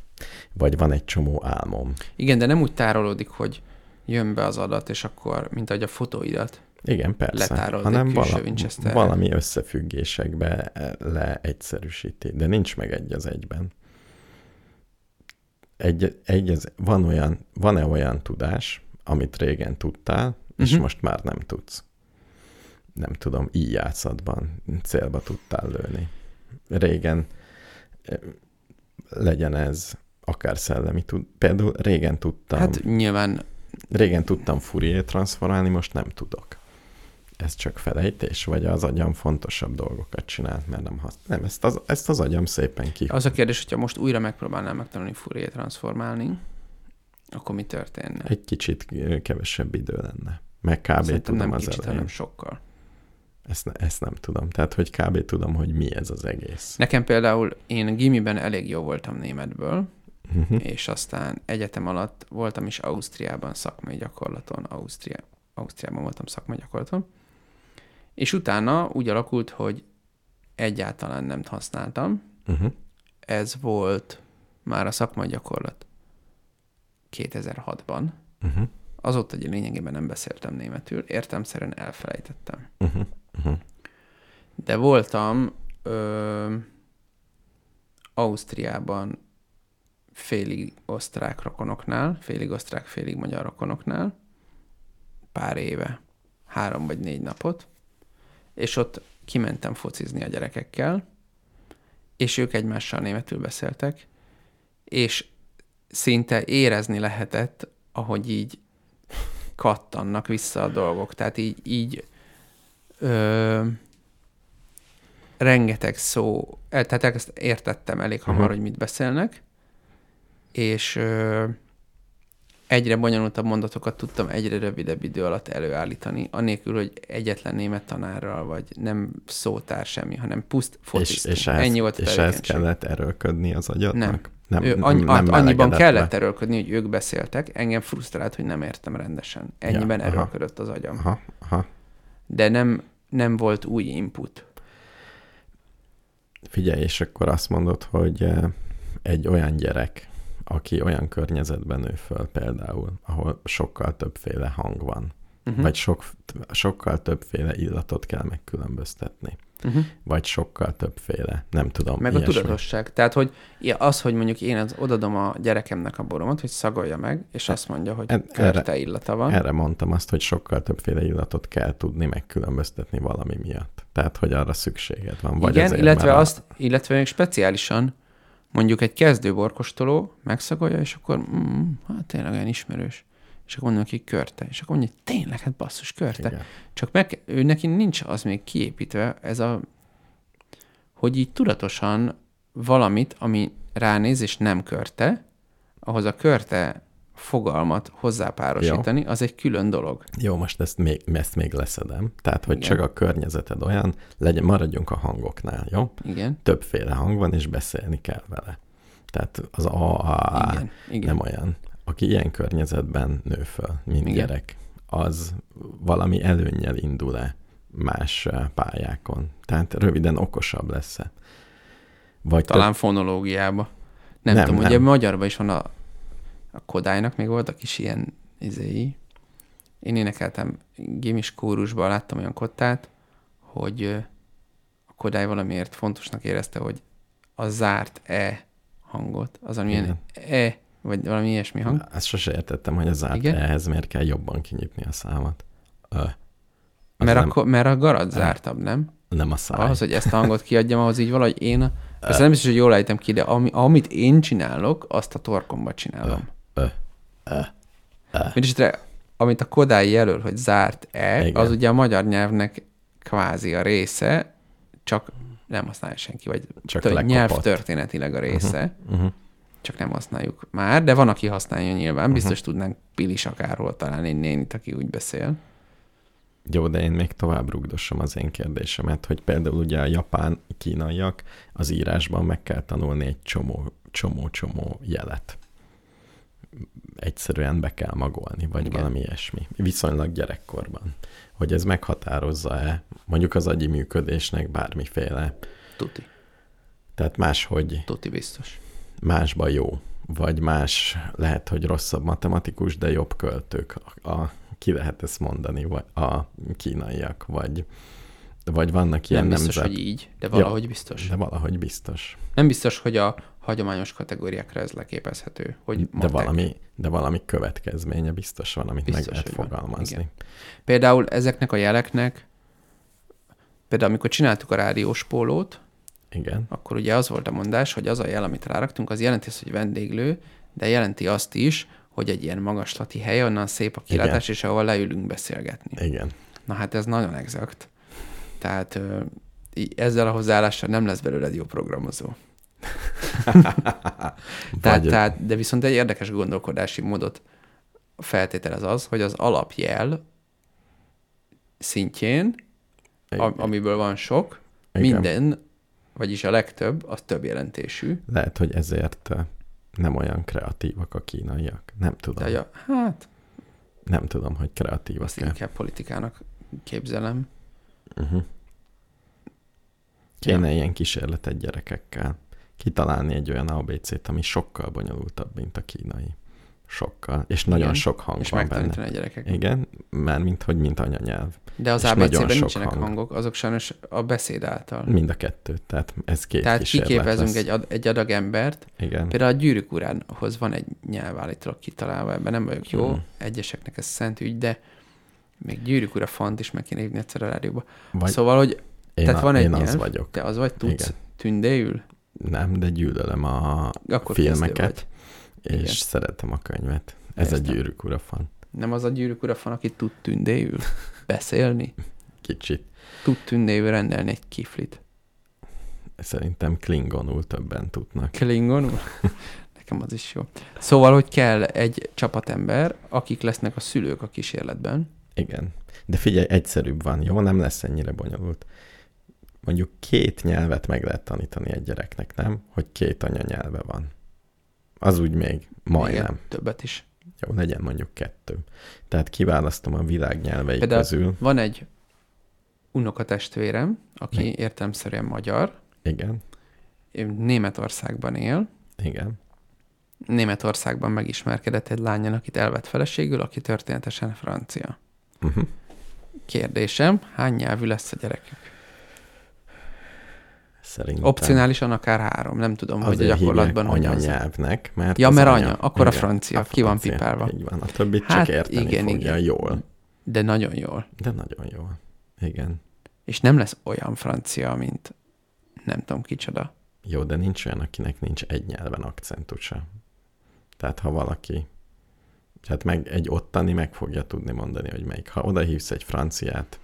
Vagy van egy csomó álmom. Igen, de nem úgy tárolódik, hogy jön be az adat, és akkor, mint ahogy a fotóidat. Igen, persze. Letárolt egy hanem külső vala, Winchesterrel. valami összefüggésekbe eh, leegyszerűsíti, de nincs meg egy az egyben. Egy, egy az, van olyan, van-e olyan tudás, amit régen tudtál, és Mhm. most már nem tudsz? Nem tudom, íjászatban célba tudtál lőni. Régen eh, legyen ez akár szellemi tud. Például régen tudtam. Hát nyilván Régen tudtam Fourier transformálni, most nem tudok. Ez csak felejtés, vagy az agyam fontosabb dolgokat csinált, mert nem használ. Nem, ezt az, ezt az agyam szépen ki. az a kérdés, hogyha most újra megpróbálnál megtanulni Fourier transformálni, akkor mi történne? Egy kicsit ö, kevesebb idő lenne. Meg kb. Szerintem tudom nem az kicsit, elején. hanem sokkal. Ezt, ne- ezt nem tudom. Tehát, hogy kb. tudom, hogy mi ez az egész. Nekem például én gimiben elég jó voltam németből, Mhm. és aztán egyetem alatt voltam is Ausztriában szakmai gyakorlaton, Ausztria, Ausztriában voltam szakmai gyakorlaton, és utána úgy alakult, hogy egyáltalán nem használtam. Mhm. Ez volt már a szakmai gyakorlat 2006-ban. Mhm. Azóta, hogy lényegében nem beszéltem németül, értelmszerűen elfelejtettem. Mhm. Mhm. De voltam ö, Ausztriában félig osztrák rokonoknál, félig osztrák, félig magyar rokonoknál pár éve, három vagy négy napot, és ott kimentem focizni a gyerekekkel, és ők egymással németül beszéltek, és szinte érezni lehetett, ahogy így kattannak vissza a dolgok. Tehát így, így ö, rengeteg szó, el- tehát ezt értettem elég hamar, Aha. hogy mit beszélnek, és ö, egyre bonyolultabb mondatokat tudtam egyre rövidebb idő alatt előállítani, anélkül, hogy egyetlen német tanárral, vagy nem szótár semmi, hanem puszt És, focizni. és, ehhez, Ennyi volt a és ehhez tevékenység. kellett erőlködni az agyadnak? Nem. Ő, annyi, nem annyiban melegedett le. kellett erőlködni, hogy ők beszéltek, engem frusztrált, hogy nem értem rendesen. Ennyiben Ja, ja, aha. erőlködött az agyam. Aha, aha. De nem, nem volt új input. Figyelj, és akkor azt mondod, hogy eh, egy olyan gyerek, aki olyan környezetben nő föl például, ahol sokkal többféle hang van, Uh-huh. uh-huh. vagy sok, sokkal többféle illatot kell megkülönböztetni, uh-huh. vagy sokkal többféle, nem tudom. Meg a ilyesmi. tudatosság. Tehát, hogy ja, az, hogy mondjuk én az, odadom a gyerekemnek a boromat, hogy szagolja meg, és azt mondja, hogy Hát e- Erre- körte illata van. Erre mondtam azt, hogy sokkal többféle illatot kell tudni megkülönböztetni valami miatt. Tehát, hogy arra szükséged van. Vagy Igen, azért, illetve, mert a- azt, illetve még speciálisan mondjuk egy kezdő borkostoló megszagolja, és akkor mm, hát tényleg olyan ismerős. És akkor mondom neki körte. És akkor mondja, tényleg, hát basszus, körte. Igen. Csak meg, ő neki nincs az még kiépítve ez a, hogy így tudatosan valamit, ami ránéz és nem körte, ahhoz a körte fogalmat hozzápárosítani, az egy külön dolog. Jó, most ezt még, ezt még leszedem. Tehát, hogy Igen. csak a környezeted olyan, legyen, maradjunk a hangoknál, jó? Igen. többféle hang van, és beszélni kell vele. Tehát az a, a, a igen, igen. nem olyan. Aki ilyen környezetben nő föl, mint Igen. Igen. gyerek, az valami előnnyel indul-e más eh, pályákon? Tehát röviden okosabb lesz-e? Vagy Talán fonológiába. Nem, Nem, nem tudom, nem. ugye magyarban is van a, a Kodálynak még voltak is ilyen izéi. Én énekeltem gimis kórusban, láttam olyan kottát, hogy ö, a Kodály valamiért fontosnak érezte, hogy a zárt E hangot, az valamilyen E, vagy valami ilyesmi hang. Ezt sose értettem, hogy az Igen. ehhez miért kell jobban kinyitni a számat. Ö, az Mert, nem, akkor, mert a garat zártabb, nem? nem a száj. Ahhoz, hogy ezt a hangot kiadjam, ahhoz így valahogy én... a- Persze nem biztos, hogy jól ejtem ki, de ami, amit én csinálok, azt a torkomba csinálom. Ö, Mindenesetre, amit a Kodály jelöl, hogy zárt-e, Igen. az ugye a magyar nyelvnek kvázi a része, csak nem használja senki, vagy Csak tudod, lekopott. nyelv történetileg a része, uh-huh. Uh-huh. csak nem használjuk már, de van, aki használja Mhm. nyilván, biztos uh-huh. tudnánk pilis akárhol találni egy nénit, aki úgy beszél. Jó, de én még tovább rugdosom az én kérdésemet, hogy például ugye a japán kínaiak az írásban meg kell tanulni egy csomó, csomó, csomó jelet. Egyszerűen be kell magolni, vagy Igen. Igen. valami ilyesmi. Viszonylag gyerekkorban. Hogy ez meghatározza-e mondjuk az agyi működésnek bármiféle, Tuti, tehát máshogy tuti biztos. másba jó, vagy más, lehet, hogy rosszabb matematikus, de jobb költők. A, a, ki lehet ezt mondani, vagy a kínaiak, vagy, vagy vannak ilyen nem biztos, nemzet, hogy így, de valahogy biztos. de valahogy biztos. Nem biztos, hogy a hagyományos kategóriákra ez leképezhető, hogy De matek. valami, de valami következménye biztos van, amit Biztos, meg lehet hogy van. fogalmazni. Például ezeknek a jeleknek, például amikor csináltuk a rádiós pólót, Igen. Igen. akkor ugye az volt a mondás, hogy az a jel, amit ráraktunk, az jelenti azt, hogy vendéglő, de jelenti azt is, hogy egy ilyen magaslati hely, onnan szép a kilátás, és ahol leülünk beszélgetni. Igen. Na hát ez nagyon exakt. Tehát ö, í- ezzel a hozzáállással nem lesz belőled jó programozó. Tehát, Vagy- tehát, de viszont egy érdekes gondolkodási módot feltételez az, hogy az alapjel szintjén, igen. a, amiből van sok, Igen. minden, vagyis a legtöbb, az több jelentésű. Lehet, hogy ezért eh, nem olyan kreatívak a kínaiak. Nem tudom. De, ja, hát, Nem tudom, hogy kreatívak. azt inkább politikának képzelem. Uh-huh. Kéne ilyen kísérletet gyerekekkel. Kitalálni egy olyan ABC-t, ami sokkal bonyolultabb, mint a kínai. Sokkal. És nagyon Igen. sok hang És van benne. megtanítani a gyerekek. Igen, már mint hogy mint anyanyelv. De az És nagyon ABC-ben sok nincsenek hang. hangok, azok sajnos a beszéd által. Mind a kettőt, tehát ez két Tehát kísérlet kiképezünk lesz. egy, ad, egy adag embert, Igen. Például a gyűrűk uránhoz van egy nyelv állítólag kitalálva, ebben nem vagyok jó, Mhm. egyeseknek ez szent ügy, de még gyűrűk ura font is meg kéne hívni egyszer a rádióba. Vagy Szóval, hogy én, tehát a- van egy én az nyelv. vagyok. te az vagy tudsz Igen. Igen. tündéül, Nem, de gyűlölem a akkor kezdő filmeket, vagy. és Igen. szeretem a könyvet. Ez egy Értem. gyűrűk ura fan. Nem az a gyűrűk ura fan, aki tud tündéül [LAUGHS] beszélni, Kicsit. tud tündéül rendelni egy kiflit. Szerintem klingonul többen tudnak. Klingonul? [LAUGHS] Nekem az is jó. Szóval, hogy kell egy csapatember, akik lesznek a szülők a kísérletben. Igen. De figyelj, egyszerűbb van, jó? Nem lesz ennyire bonyolult. Mondjuk két nyelvet meg lehet tanítani egy gyereknek, nem? Hogy két anyanyelve van. Az úgy még majdnem. Igen, többet is. Jó, legyen mondjuk kettő. Tehát kiválasztom a világ nyelvei Például- közül. Van egy unokatestvérem, aki Mi? értelmszerűen magyar, Igen, ő Németországban él. igen. Németországban megismerkedett egy lányon, akit elvett feleségül, aki történetesen francia. Uh-huh. Kérdésem, hány nyelvű lesz a gyerekük? Szerintem Opcionálisan akár három, nem tudom, hogy a azért gyakorlatban hívják hogy az. anyanyelvnek, mert Ja, az mert anya, akkor a francia, a ki van francia. pipálva. Így van, a többit Hát, csak érteni igen, fogja igen. jól, De nagyon jól. de nagyon jól. Igen. És nem lesz olyan francia, mint nem tudom kicsoda. Jó, de nincs olyan, akinek nincs egy nyelven akcentusa. Tehát ha valaki, tehát meg egy ottani meg fogja tudni mondani, hogy melyik. Ha oda hívsz egy franciát,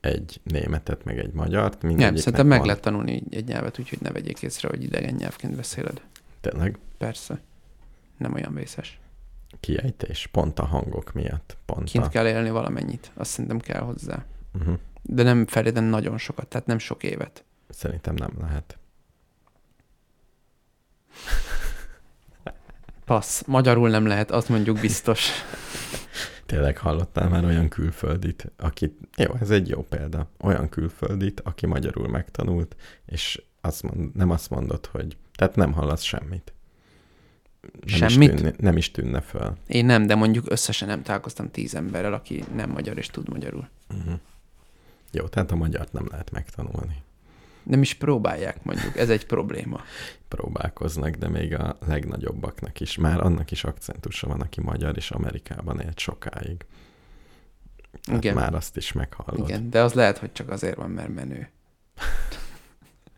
egy németet, meg egy magyart, Nem, mindegyiknek szerintem meg van- lehet tanulni egy nyelvet, úgyhogy ne vegyék észre, hogy idegen nyelvként beszéled. Tényleg Persze. Nem olyan vészes. kiejtés, pont a hangok miatt, pont Kint a... kell élni valamennyit, azt szerintem kell hozzá. Uh-huh. De nem feltétlenül nagyon sokat, tehát nem sok évet. Szerintem nem lehet. Passz, magyarul nem lehet, azt mondjuk [LAUGHS] biztos. Tényleg hallottál már olyan külföldit, aki, jó, ez egy jó példa, olyan külföldit, aki magyarul megtanult, és azt mond, nem azt mondod, hogy, tehát nem hallasz semmit. Nem Semmit? Is tűnne, nem is tűnne föl. Én nem, de mondjuk összesen nem találkoztam tíz emberrel, aki nem magyar és tud magyarul. Uh-huh. Jó, tehát a magyart nem lehet megtanulni. Nem is próbálják mondjuk, ez egy probléma. Próbálkoznak, de még a legnagyobbaknak is. Már annak is akcentusa van, aki magyar és Amerikában élt sokáig. Tehát Igen. Hát Már azt is meghallod. Igen, de az lehet, hogy csak azért van, mert menő.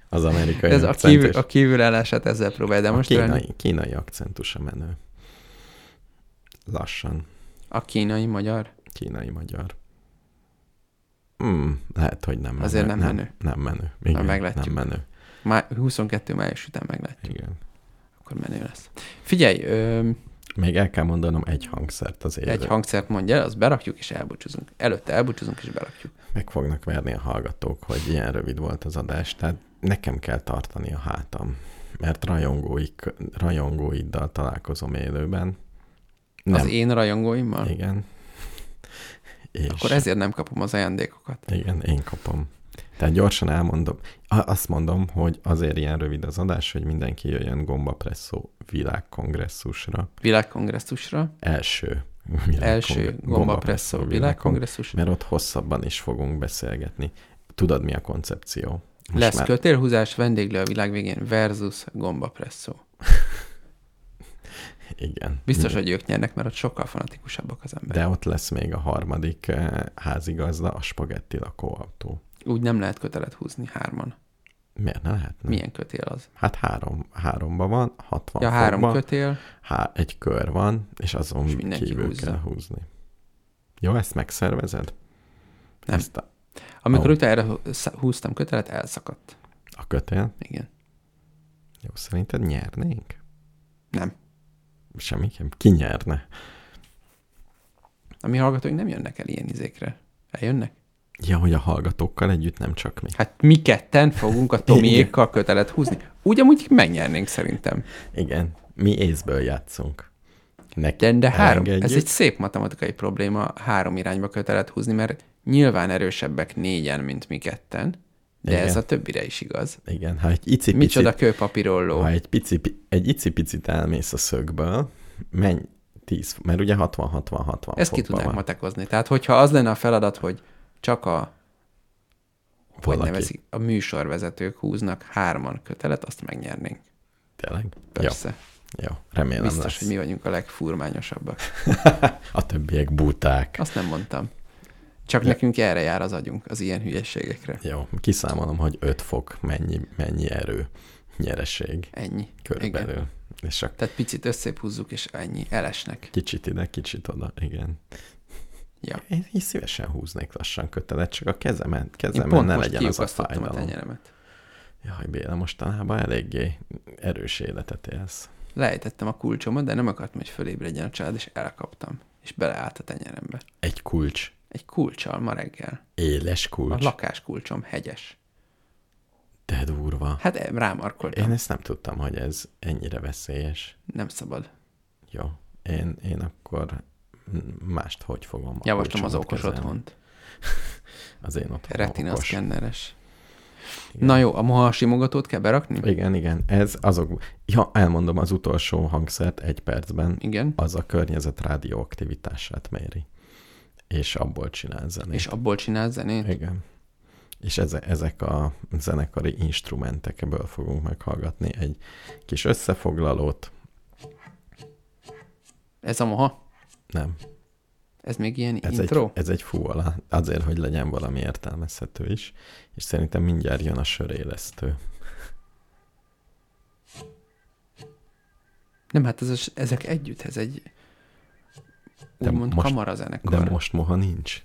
Az amerikai Ez a, akcentus. kívül, a kívülállását ezzel próbálja, de a most kínai, Ölni, kínai akcentus a menő. Lassan. a kínai magyar. Kínai magyar. Mm, lehet, hogy nem menő. Azért nem menő. Nem, nem menő. Igen, Na, meglátjuk. Nem menő. Már 22 május után meglátjuk, Igen. akkor menő lesz. Figyelj, ö, Még el kell mondanom egy hangszert az élő. egy hangszert mondj el, azt berakjuk és elbúcsúzunk. Előtte elbúcsúzunk és berakjuk. Meg fognak verni a hallgatók, hogy ilyen rövid volt az adás, tehát nekem kell tartani a hátam, mert rajongóik, rajongóiddal találkozom élőben. Az én rajongóimmal? Igen. És Akkor ezért nem kapom az ajándékokat. Igen, én kapom. Tehát gyorsan elmondom. A- Azt mondom, hogy azért ilyen rövid az adás, hogy mindenki jöjjön Gombapresszó világkongresszusra. Világkongresszusra, Első. első világkong- gombapresszó világkongresszusra. Mert ott hosszabban is fogunk beszélgetni. Tudod, mi a koncepció? Most Lesz már- kötélhúzás, vendéglő a világ végén versus gombapresszó. Igen. Biztos, hogy ők nyernek, mert ott sokkal fanatikusabbak az emberek. De ott lesz még a harmadik eh, házigazda, a spagetti lakóautó. Úgy nem lehet kötelet húzni hárman. Miért ne lehetne? Milyen kötél az? Hát három, háromba van, 60 Ja, három fokba. kötél. há, egy kör van, és azon És és mindenki kívül húzza. húzza. kell húzni. Jó, ezt megszervezed? Nem. Ezt a, Amikor Ó. utána húztam kötelet, elszakadt. a kötél? Igen. Jó, szerinted nyernénk? Nem. Semmiképp. Ki nyerne? A mi hallgatóink nem jönnek el ilyen izékre. Eljönnek? Ja, hogy a hallgatókkal együtt nem csak mi. Hát mi ketten [LAUGHS] fogunk a Tomiékkal kötelet húzni. Úgy amúgy megnyernénk szerintem. Igen, mi észből játszunk. Neki De, de három, ez egy elengedjük. szép matematikai probléma három irányba kötelet húzni, mert nyilván erősebbek négyen, mint mi ketten, de Igen. ez a többire is igaz. Igen, ha egy icipicit, Micsoda kőpapírolló. ha egy, pici, egy icipicit elmész a szögből, menj 10, mert ugye 60-60-60 Ezt ki fokban tudnánk van. matekozni. Tehát, hogyha az lenne a feladat, hogy csak a hogy Valaki. nevezik, a műsorvezetők húznak hárman kötelet, azt megnyernénk. Tényleg? Persze. Ja, Jó, jó, remélem Biztos, lesz. hogy mi vagyunk a legfurmányosabbak. A többiek buták. Azt nem mondtam. Csak nekünk erre jár az agyunk, az ilyen hülyeségekre. Jó, kiszámolom, hogy 5 fok mennyi, mennyi erő, nyereség Ennyi. körülbelül. Igen. És akkor Tehát picit összép húzzuk, és ennyi. Elesnek. kicsit ide, kicsit oda, igen. Ja. Én is szívesen húznék lassan kötelet, csak a kezemen, Én kezemen pont ne most legyen az a kiukasztottam a fájdalom. tenyeremet. Jaj, Béla, mostanában eléggé erős életet élsz. Lejtettem a kulcsomat, de nem akartam, hogy fölébredjen a család, és elkaptam. És beleállt a tenyerembe. Egy kulcs, Egy kulcsal ma reggel. éles kulcs, A lakáskulcsom hegyes. de durva. Hát em, rámarkoltam. Én ezt nem tudtam, hogy ez ennyire veszélyes. Nem szabad. Jó, én, én akkor m- mást hogy fogom a Javaslom az kulcsomat okos kezelni? otthont. Az én otthonom Retina okos. szkenneres. Igen. Na jó, a moha simogatót kell berakni? Igen, igen, ez azok, ja, elmondom az utolsó hangszert egy percben, Igen. az a környezet rádióaktivitását méri, és abból csinál zenét. És abból csinál zenét? Igen. És eze, ezek a zenekari instrumentekből fogunk meghallgatni egy kis összefoglalót, Ez a moha? nem, Ez még ilyen ez intro? egy, ez egy fúola, azért, hogy legyen valami értelmezhető is, és szerintem mindjárt jön a sörélesztő. Nem, hát ez, az- ezek együtt, ez egy De úgymond most- kamarazenekar. De most moha nincs.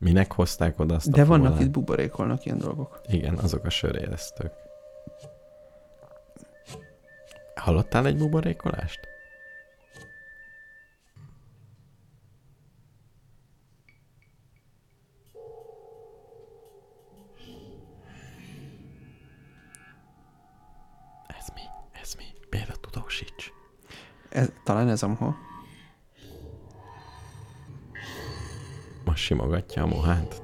Minek hozták oda azt De a vannak fúolát? itt buborékolnak ilyen dolgok. Igen, azok a sörélesztők. Hallottál egy buborékolást? Ez mi? Ez mi? Béla tudósíts. Ez, talán ez a moha. Most simogatja a mohát.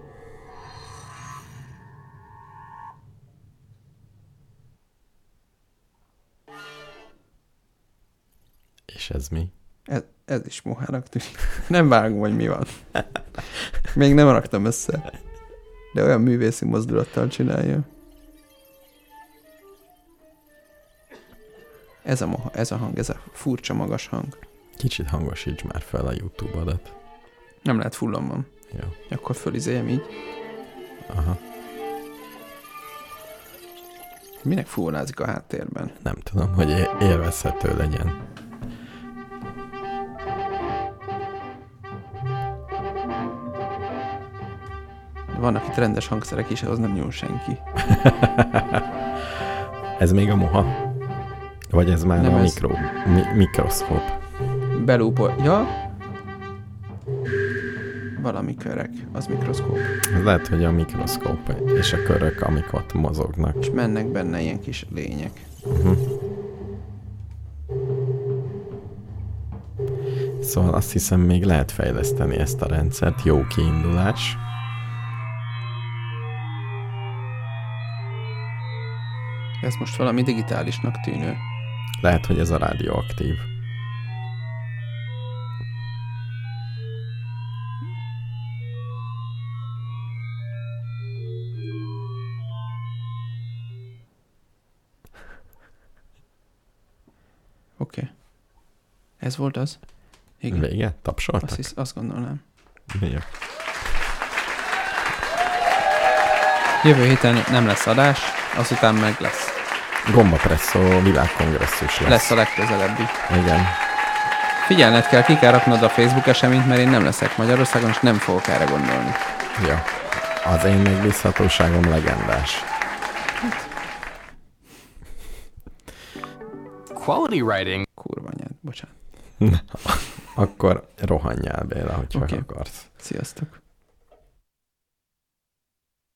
És ez mi? Ez, ez is mohának tűnik. Nem vágom, hogy mi van. Még nem raktam össze. De olyan művészi mozdulattal csinálja. Ez a, moha, ez a hang, ez a furcsa magas hang. Kicsit hangosíts már fel a YouTube adat. Nem lehet fullon van. Jó. Akkor fölizéljem így. Aha. Minek fúrázik a háttérben? Nem tudom, hogy é- élvezhető legyen. Vannak itt rendes hangszerek is, ahhoz nem nyúl senki. Ez még a moha? Vagy ez már Nem, a ez- mikro, mi, mikroszkóp? Belúpol. Ja. Valami körek. Az mikroszkóp. Ez lehet, hogy a mikroszkóp és a körök, amik ott mozognak. És mennek benne ilyen kis lények. Szóval azt hiszem, még lehet fejleszteni ezt a rendszert. Jó kiindulás. Ez most valami digitálisnak tűnő. Lehet, hogy ez a rádióaktív. Oké. Okay. Ez volt az? Igen. Vége? Azt, Tapsoltak? hisz, azt gondolnám. Jó. Jövő héten nem lesz adás, azután meg lesz. Gombapresszó világkongresszus lesz. Lesz, lesz a legközelebbi. Igen. Figyelned kell, ki kell raknod a Facebook eseményt, mert én nem leszek Magyarországon, és nem fogok erre gondolni. Ja. Az én megbízhatóságom legendás. Quality writing. Kurva anyád, bocsánat. Akkor rohanjál Béla, hogyha Oké. okay. akarsz. Sziasztok.